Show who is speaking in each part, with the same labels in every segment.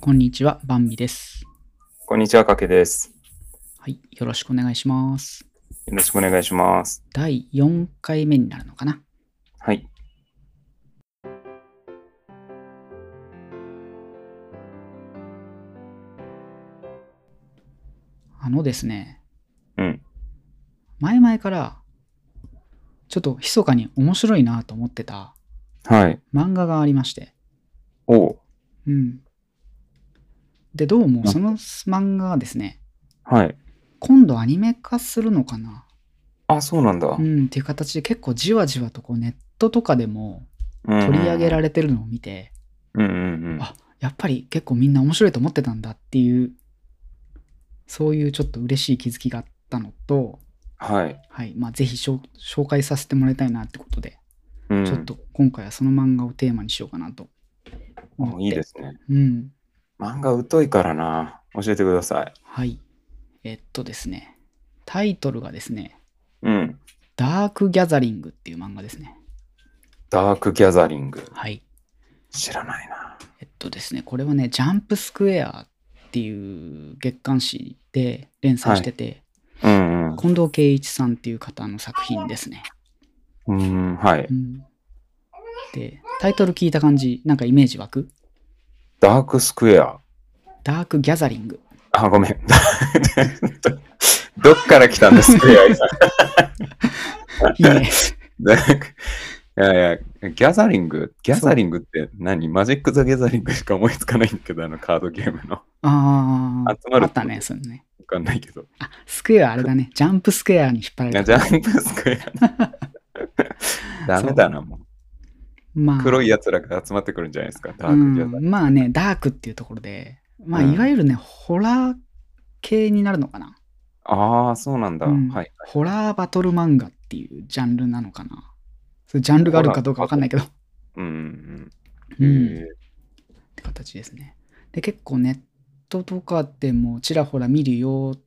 Speaker 1: こんにちは、バンビです。
Speaker 2: こんにちは、かけです。
Speaker 1: はい、よろしくお願いします。
Speaker 2: よろしくお願いします。
Speaker 1: 第4回目になるのかな
Speaker 2: はい。
Speaker 1: あのですね、
Speaker 2: うん。
Speaker 1: 前々から、ちょっと密かに面白いなと思ってた
Speaker 2: はい。
Speaker 1: 漫画がありまして、
Speaker 2: おう。
Speaker 1: うん。で、どうも
Speaker 2: なん
Speaker 1: その漫画がですね、
Speaker 2: はい。
Speaker 1: 今度アニメ化するのかな
Speaker 2: あ、そうなんだ。
Speaker 1: う、
Speaker 2: うん
Speaker 1: っていう形で結構じわじわとこうネットとかでも
Speaker 2: ん
Speaker 1: 取り上げら
Speaker 2: れ
Speaker 1: れてるのを見て、
Speaker 2: うんうんうん。
Speaker 1: あやっぱり結構みんな面白いと思ってたんだっていうそういうちょっと嬉しい気づきがあったのと、
Speaker 2: はい。
Speaker 1: はいまあ、ぜひ紹紹介させてもらいたいなってことで、
Speaker 2: うん、
Speaker 1: ちょっと今回はその漫画をテーマにしようかなと思って
Speaker 2: あ。いいですね。
Speaker 1: うん
Speaker 2: 漫画疎いからな。教えてください。
Speaker 1: はいえっとですねタイトルがですね
Speaker 2: うん。
Speaker 1: 「ダーク・ギャザリング」っていう漫画ですね
Speaker 2: ダークギャザリング。
Speaker 1: はい
Speaker 2: 知らないな。
Speaker 1: えっとですねこれはね「ジャンプスクエア」っていう月刊誌で連載してて、
Speaker 2: うんうん。
Speaker 1: 近藤圭一さんっていう方の作品ですね。
Speaker 2: うん、はい。
Speaker 1: うんで、タイトル聞いた感じ、なんかイメージ湧く
Speaker 2: ダークスクエア。
Speaker 1: ダークギャザリン グ。
Speaker 2: あ、ごめん。どっから来たんですか、スクエア
Speaker 1: い
Speaker 2: い
Speaker 1: いね。
Speaker 2: や いや、ギャザリングギャザリングって何マジック・ザ・ギャザリングしか思いつかないんだけど、あのカードゲームの。
Speaker 1: ああ、
Speaker 2: 集まる
Speaker 1: あったね、そのね。
Speaker 2: わかんないけど。
Speaker 1: あ、スクエアあれだね。ジャンプスクエアに引っ張られ
Speaker 2: いや
Speaker 1: た。
Speaker 2: ジャンプスクエ ア。ダメだな、も
Speaker 1: ま
Speaker 2: う。
Speaker 1: あ、
Speaker 2: 黒いやつらが集まってくるんじゃないですか、ダ
Speaker 1: う
Speaker 2: ークギャザリン
Speaker 1: ん、まあね、ダークっていうところで、まあ、
Speaker 2: うん
Speaker 1: いわゆるね、ホラー系になるのかな。
Speaker 2: ああ、そうなんだ。
Speaker 1: うん
Speaker 2: はい。
Speaker 1: ホラーバトル漫画っていうジャンルなのかな。そういうジャンルがあるかどうかわかんないけど。
Speaker 2: うん
Speaker 1: う
Speaker 2: うんん。へー
Speaker 1: って形ですね。で結構ネットとかでもちらほら見るよっ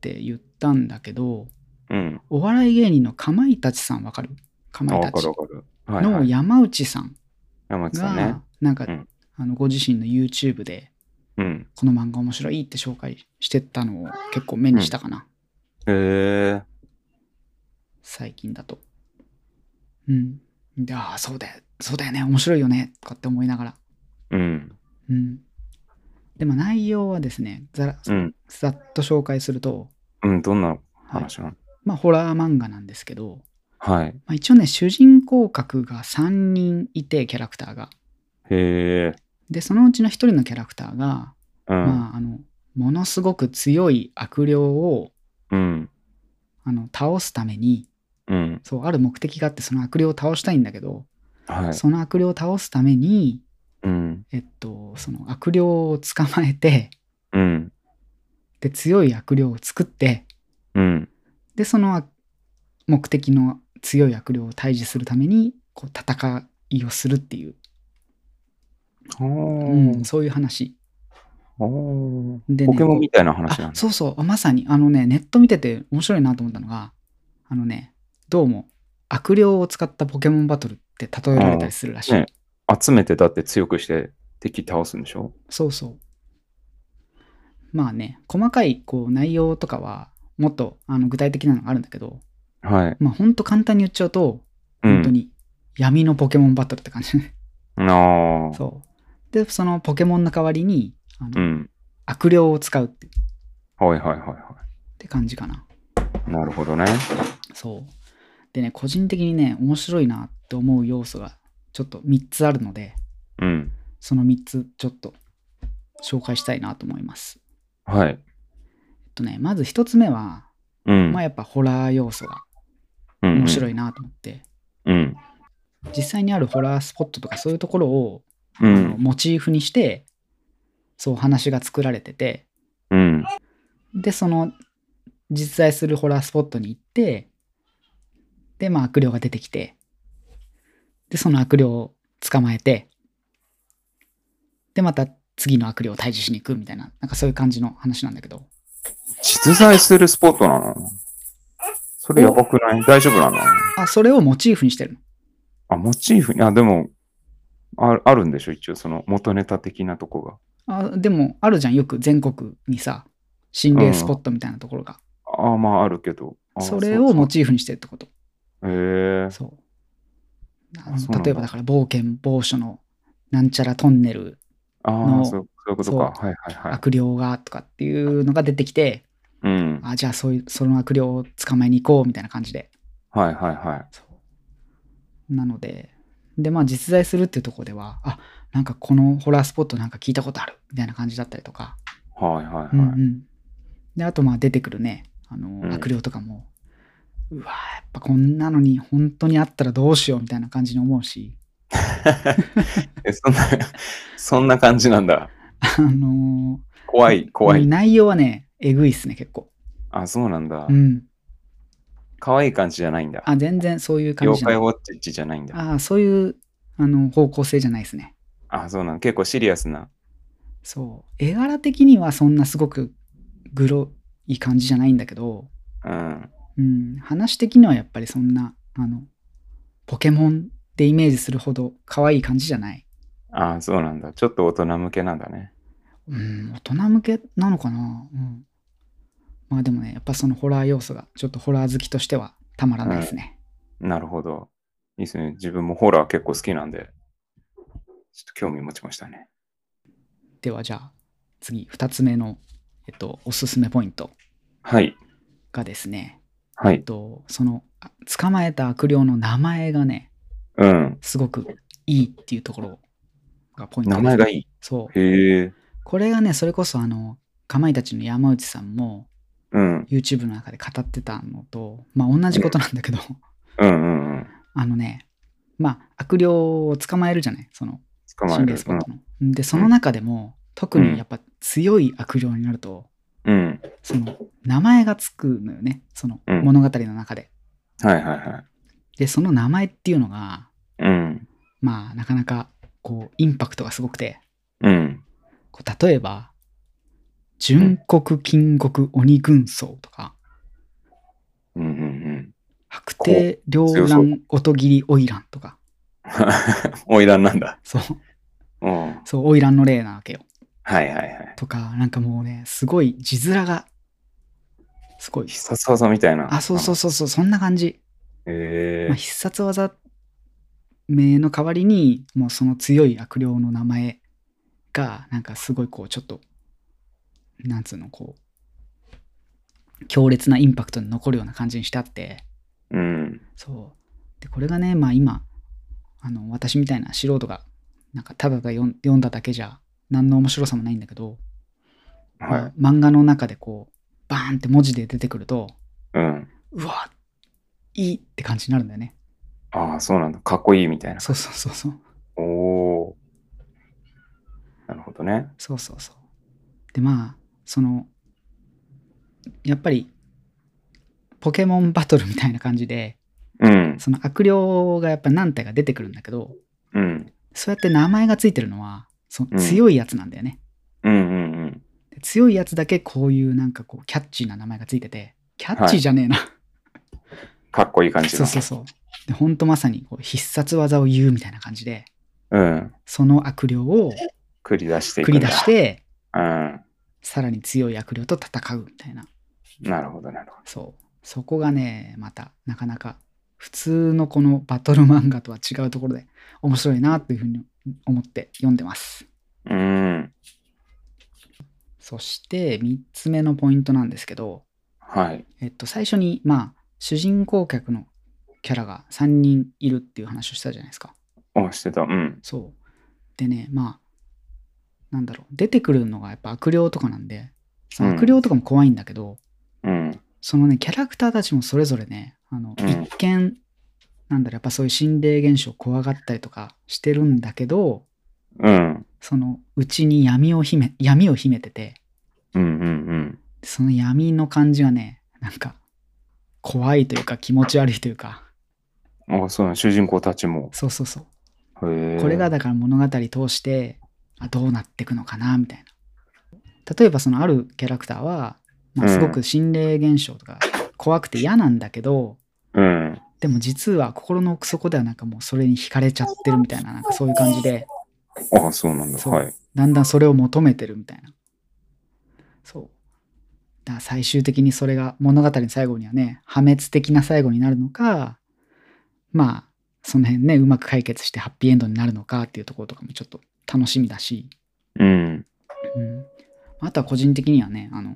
Speaker 1: て言ったんだけど
Speaker 2: うん。
Speaker 1: お笑い芸人のかまいたちさんわかるか
Speaker 2: あ
Speaker 1: まい
Speaker 2: わ
Speaker 1: た
Speaker 2: か
Speaker 1: ち
Speaker 2: るわかる。はいは
Speaker 1: の
Speaker 2: い。
Speaker 1: 山内さん
Speaker 2: 山内さんね
Speaker 1: が。なんか、
Speaker 2: うん
Speaker 1: あのご自身の YouTube で
Speaker 2: うん。
Speaker 1: この漫画面白いって紹介してたのを結構目にしたかな、
Speaker 2: へえ。
Speaker 1: 最近だと。うん。でああそうだよそうだよね面白いよねとかって思いながら。
Speaker 2: うん。
Speaker 1: うん。でも内容はですねざら
Speaker 2: うん。
Speaker 1: ざっと紹介すると、
Speaker 2: うん。どんな話なの
Speaker 1: まあ、ホラー漫画なんですけど、
Speaker 2: はい。
Speaker 1: まあ、一応ね主人公格が3人いてキャラクターが
Speaker 2: へえ。
Speaker 1: でそのうちの1人のキャラクターが、
Speaker 2: うん。
Speaker 1: まあ、あのものすごく強い悪霊を
Speaker 2: うん。
Speaker 1: あの倒すために
Speaker 2: うん。
Speaker 1: そうある目的があってその悪霊を倒したいんだけど、
Speaker 2: はい。
Speaker 1: その悪霊を倒すために、
Speaker 2: うん。
Speaker 1: えっと、その悪霊を捕まえて
Speaker 2: うん。
Speaker 1: で強い悪霊を作って
Speaker 2: うん。
Speaker 1: でその目的の強い悪霊を退治するためにこう戦いをするっていう
Speaker 2: お
Speaker 1: うん、そういう話
Speaker 2: お
Speaker 1: で、ね、
Speaker 2: ポケモンみたいな
Speaker 1: こう
Speaker 2: 話なん
Speaker 1: あ
Speaker 2: だ。
Speaker 1: そうそうまさにあのねネット見てて面白いなと思ったのがあのねどうも悪霊を使ったポケモンバトルって例えられたりするらしい、
Speaker 2: うんね集めてだって強くして敵倒すんでしょ
Speaker 1: そうそうまあね細かいこう内容とかはもっとあの具体的なのがあるんだけど
Speaker 2: はい。
Speaker 1: まあほんと簡単に言っちゃうと
Speaker 2: うん
Speaker 1: 本当に闇のポケモンバトルって感じ、
Speaker 2: ああ。
Speaker 1: そうでそのポケモンの代わりにあ
Speaker 2: う
Speaker 1: の、
Speaker 2: ん。
Speaker 1: 悪霊を使うってっ
Speaker 2: はいはいはいは。
Speaker 1: て感じかない
Speaker 2: なるほどね。
Speaker 1: そう。でね、個人的にね、面白いなって思う要素がちょっと3つあるので、
Speaker 2: うん。
Speaker 1: その3つちょっと紹介したいなと思います。
Speaker 2: はい。
Speaker 1: えっとね、まず1つ目は、
Speaker 2: うん。
Speaker 1: まあやっぱホラー要素が面
Speaker 2: 面
Speaker 1: 白
Speaker 2: い。
Speaker 1: いなと思って、
Speaker 2: うん。
Speaker 1: 実際にあるホラースポットとかそういうところを、
Speaker 2: う
Speaker 1: あの
Speaker 2: ん。
Speaker 1: モチーフにして、そう話が作られてて、
Speaker 2: うん。
Speaker 1: で、その実在するホラースポットに行って、で、まあ悪霊が出てきて、で、その悪霊を捕まえて、で、また次の悪霊を退治しに行くみたいな、なんかそういう感じの話なんだけど、
Speaker 2: 実在するスポットなのそれやばくない大丈夫なの
Speaker 1: あ、それをモチーフにしてるの。
Speaker 2: あ、モチーフに、あ、でも、ああるんでしょ一応、その元ネタ的なとこ
Speaker 1: あでも、あるじゃん。よく全国にさ、心霊スポットみたいなところが。
Speaker 2: ああ、まああるけど。あー
Speaker 1: それを
Speaker 2: う
Speaker 1: モチーフにしてるってこと。
Speaker 2: そうへえ
Speaker 1: そう。あ
Speaker 2: あそうな
Speaker 1: の
Speaker 2: んだ
Speaker 1: 例えばだから、冒険、某所のなんちゃらトンネル、
Speaker 2: あ
Speaker 1: の
Speaker 2: あ、そうそういうことか。はいはいはい。
Speaker 1: 悪霊がとかっていうのが出てきて、
Speaker 2: うん。
Speaker 1: あ、じゃあそういう、その悪霊を捕まえに行こうみたいな感じで。
Speaker 2: はいはいはい。
Speaker 1: そうなので、で、まあ実在するっていうところでは、あ、なんかこのホラースポットなんか聞いたことあるみたいな感じだったりとか。
Speaker 2: はいは
Speaker 1: う
Speaker 2: い
Speaker 1: んう
Speaker 2: はい。
Speaker 1: ん、で、あとまあ出てくるね、あの、
Speaker 2: ん
Speaker 1: 悪霊とかも、うわやっぱこんなのに本当にあったらどうしようみたいな感じに思うし、
Speaker 2: え、そんな、 そんな感じなんだ。
Speaker 1: あのー
Speaker 2: 怖い、怖い。
Speaker 1: 内容はね、えぐいっすね、結構。
Speaker 2: あ、そうなんだ
Speaker 1: う。ん。
Speaker 2: 可愛い感じじゃないんだ。
Speaker 1: あ、全然そういう感じ
Speaker 2: 妖
Speaker 1: じゃな
Speaker 2: 怪
Speaker 1: い
Speaker 2: ウ。ォッチじゃないんだ。
Speaker 1: ああ、そういうあの方向性じゃないですね。
Speaker 2: あ、そうなんだ。結構シリアスな。
Speaker 1: そう。絵柄的にはそんなすごくグロい感じじゃないんだけど、
Speaker 2: うん。
Speaker 1: うん、話的にはやっぱりそんな、あの、ポケモンでイメージするほど可愛い感じじゃない。
Speaker 2: あ、そうなんだ。ちょっと大人向けなんだね。
Speaker 1: うん、大人向けなのかなうん。まあでもね、やっぱそのホラー要素が、ちょっとホラー好きとしてはたまらないですね。
Speaker 2: なるほど。いいですね。自分もホラー結構好きなんで、ちょっと興味持ちましたね。
Speaker 1: ではじゃあ次2つ目の、えっと、おすすめポイント
Speaker 2: はい。
Speaker 1: がですね、
Speaker 2: は
Speaker 1: えっ
Speaker 2: い。
Speaker 1: と、そのあ捕まえた悪霊の名前がね
Speaker 2: うん。
Speaker 1: すごくいいっていうところがポイント
Speaker 2: 名前がい
Speaker 1: い
Speaker 2: い。
Speaker 1: そう
Speaker 2: へえ。
Speaker 1: これがねそれこそあのかまいたちの山内さんも
Speaker 2: うん。
Speaker 1: YouTube の中で語ってたのとまあ同じことなんだけど
Speaker 2: うんうんうん。
Speaker 1: あのねまあ悪霊を捕まえるじゃないその
Speaker 2: 捕まえ
Speaker 1: 心
Speaker 2: る
Speaker 1: 霊。スポットの。でその中でも特にやっぱ強い悪霊になると、
Speaker 2: うん。うん
Speaker 1: その名前がつくのよねその
Speaker 2: うん
Speaker 1: 物語の中で。
Speaker 2: はいはいはい。
Speaker 1: でその名前っていうのが
Speaker 2: うん。
Speaker 1: まあなかなかこうインパクトがすごくて
Speaker 2: うん。
Speaker 1: こう例えば「純国金国鬼軍曹」とか
Speaker 2: うんうんうん。
Speaker 1: 「白帝両乱音切り花魁」とか
Speaker 2: 花魁なんだ。
Speaker 1: そう
Speaker 2: うん。
Speaker 1: そう花魁の例なわけよ
Speaker 2: はいはいはい。
Speaker 1: とかなんかもうねすごい字面がすごい
Speaker 2: 必殺技みたいな。
Speaker 1: あそうそうそうそうそんな感じ、
Speaker 2: う。へ
Speaker 1: まあ、
Speaker 2: え。
Speaker 1: 必殺技名の代わりにもうその強い悪霊の名前がなんかすごいこうちょっとなんつうのこう強烈なインパクトに残るような感じにしてあって
Speaker 2: うん。
Speaker 1: そうでこれがねまあ今あの私みたいな素人がなんかただが読ん読んだだけじゃ何の面白さもないんだけど、
Speaker 2: は
Speaker 1: まあ漫画の中でこうバーンって文字で出てくると
Speaker 2: い。うん。
Speaker 1: うわいいって感じになるんだよね
Speaker 2: ああ、そうなんだ。かっこいいみたいな。
Speaker 1: そうそうそうそう
Speaker 2: おおー。なるほどね。
Speaker 1: そうそうそう。でまあそのやっぱりポケモンバトルみたいな感じで
Speaker 2: うん。
Speaker 1: その悪霊がやっぱ何体か出てくるんだけど
Speaker 2: うん。
Speaker 1: そうやって名前がついてるのはそ
Speaker 2: うん
Speaker 1: 強いやつなんだよね、
Speaker 2: うんうんうん。
Speaker 1: で強いやつだけこういうなんかこうキャッチーな名前がついててキャッチーじゃねえな、
Speaker 2: かっこいい感じ
Speaker 1: そう
Speaker 2: の。
Speaker 1: そうそうでほんとまさにこう必殺技を言うみたいな感じで
Speaker 2: うん。
Speaker 1: その悪霊を
Speaker 2: 繰り出していく
Speaker 1: 繰
Speaker 2: んだ。
Speaker 1: り出して
Speaker 2: うん。
Speaker 1: さらに強い悪霊と戦うみたいな
Speaker 2: なるほど、なるほ
Speaker 1: そう。そこがね、また、なかなか、普通のこのバトル漫画とは違うところで、面白いなというふうに思って読んでます。
Speaker 2: ど。うん。
Speaker 1: そして、3つ目のポイントなんですけど、
Speaker 2: はい。
Speaker 1: えっと、最初に、まあ、主人公客のキャラが3人いるっていう話をしたじゃないですか。
Speaker 2: お、してた。うん。
Speaker 1: そう。でね、まあ、なんだろう、出てくるのがやっぱ悪霊とかなんで、その悪霊とかも怖いんだけど、
Speaker 2: うん。
Speaker 1: そのね、キャラクターたちもそれぞれね、あの、
Speaker 2: うん
Speaker 1: 一見、なんだろう、やっぱそういう心霊現象を怖がったりとかしてるんだけど、
Speaker 2: うん。
Speaker 1: そのうちに闇を秘め、闇を秘めてて、
Speaker 2: うんうん
Speaker 1: その闇の感じがね、なんか、怖いというか気持ち悪いというか、
Speaker 2: うん。お、そうなの主人公たちも。
Speaker 1: そうそうそう。
Speaker 2: へえ。
Speaker 1: これがだから物語通して、あどうなってくのかな、みたいな。例えばそのあるキャラクターは、まあ、すごく心霊現象とか怖くて嫌なんだけど、
Speaker 2: うん。
Speaker 1: でも実は心の奥底ではなんかもうそれに惹かれちゃってるみたいな、なんかそういう感じで、
Speaker 2: あ、そうなんだ。
Speaker 1: そう
Speaker 2: はい。
Speaker 1: だんだんそれを求めてるみたいな。そう。だから最終的にそれが物語の最後にはね、破滅的な最後になるのか、まあ、その辺ね、うまく解決してハッピーエンドになるのかっていうところとかもちょっと楽しみだし、
Speaker 2: うん。
Speaker 1: うん、あとは個人的にはね、あの、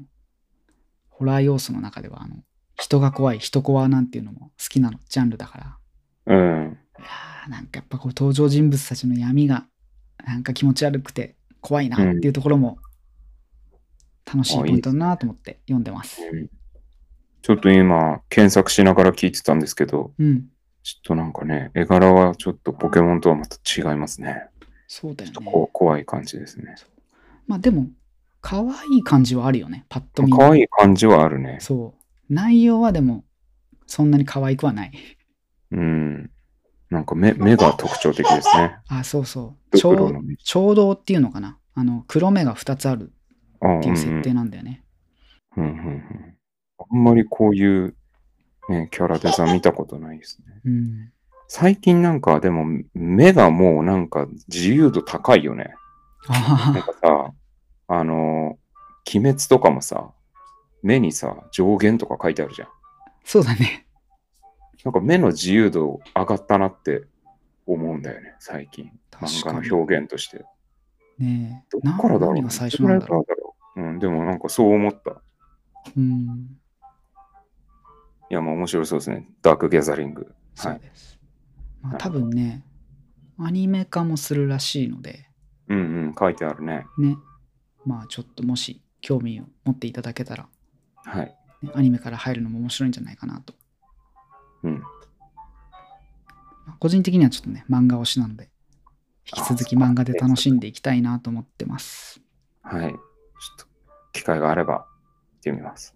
Speaker 1: ホラー要素の中では、あの、人が怖い、人怖なんていうのも好きなの、ジャンルだから。
Speaker 2: うん。
Speaker 1: いやーなんかやっぱこう登場人物たちの闇がなんか気持ち悪くて怖いなっていうところも楽しいポイントだなと思って読んでます。
Speaker 2: ちょっと今、検索しながら聞いてたんですけど、
Speaker 1: うん。
Speaker 2: ちょっとなんかね、絵柄はちょっとポケモンとはまた違いますね。
Speaker 1: そうだ
Speaker 2: ち
Speaker 1: よ
Speaker 2: ょっと
Speaker 1: ね。
Speaker 2: こ怖い感じですね。
Speaker 1: まあでも、可愛い感じはあるよね。パッと見。
Speaker 2: 可愛い感じはあるね。
Speaker 1: そう。内容はでも、そんなに可愛くはない。
Speaker 2: うん。なんか目目が特徴的ですね。
Speaker 1: あ、そうそう。ち
Speaker 2: ドク
Speaker 1: ょ
Speaker 2: ロ
Speaker 1: う
Speaker 2: の目。
Speaker 1: 衝動っていうのかな。あの、黒目が2つある
Speaker 2: あ、うん
Speaker 1: って
Speaker 2: う
Speaker 1: いう設
Speaker 2: ん
Speaker 1: 定なんだよね。
Speaker 2: うんうんうん。あんまりこういう、ね、キャラデザ見たことないですね。
Speaker 1: うん。
Speaker 2: 最近なんかでも目がもうなんか自由度高いよね。
Speaker 1: あ
Speaker 2: なん
Speaker 1: は
Speaker 2: かさ、あの、鬼滅とかもさ、目にさ、上限とか書いてあるじゃん。
Speaker 1: そうだね。
Speaker 2: なんか目の自由度上がったなって思うんだよね、最近。
Speaker 1: 確
Speaker 2: 漫
Speaker 1: か
Speaker 2: 画
Speaker 1: に
Speaker 2: の。表現として。
Speaker 1: ねえ
Speaker 2: どっからだろう
Speaker 1: 何が最初なんだろ。
Speaker 2: どっからだろううん、でもなんかそう思った。いう
Speaker 1: うん。
Speaker 2: や、まあ面白そうですね。ダークギャザリング。
Speaker 1: そ
Speaker 2: は
Speaker 1: う
Speaker 2: い。
Speaker 1: です。まあ
Speaker 2: なる
Speaker 1: 多
Speaker 2: ほど
Speaker 1: 分ね、アニメ化もするらしいので、
Speaker 2: うんうん、書いてあるね。
Speaker 1: ね。まあちょっともし興味を持っていただけたら、
Speaker 2: はい。
Speaker 1: ねアニメから入るのも面白いんじゃないかなと。
Speaker 2: うん。
Speaker 1: まあ個人的にはちょっとね、漫画推しなので、引き続き漫画で楽しんでいきたいなと思ってます。
Speaker 2: はい。ちょっと、機会があれば、行ってみます。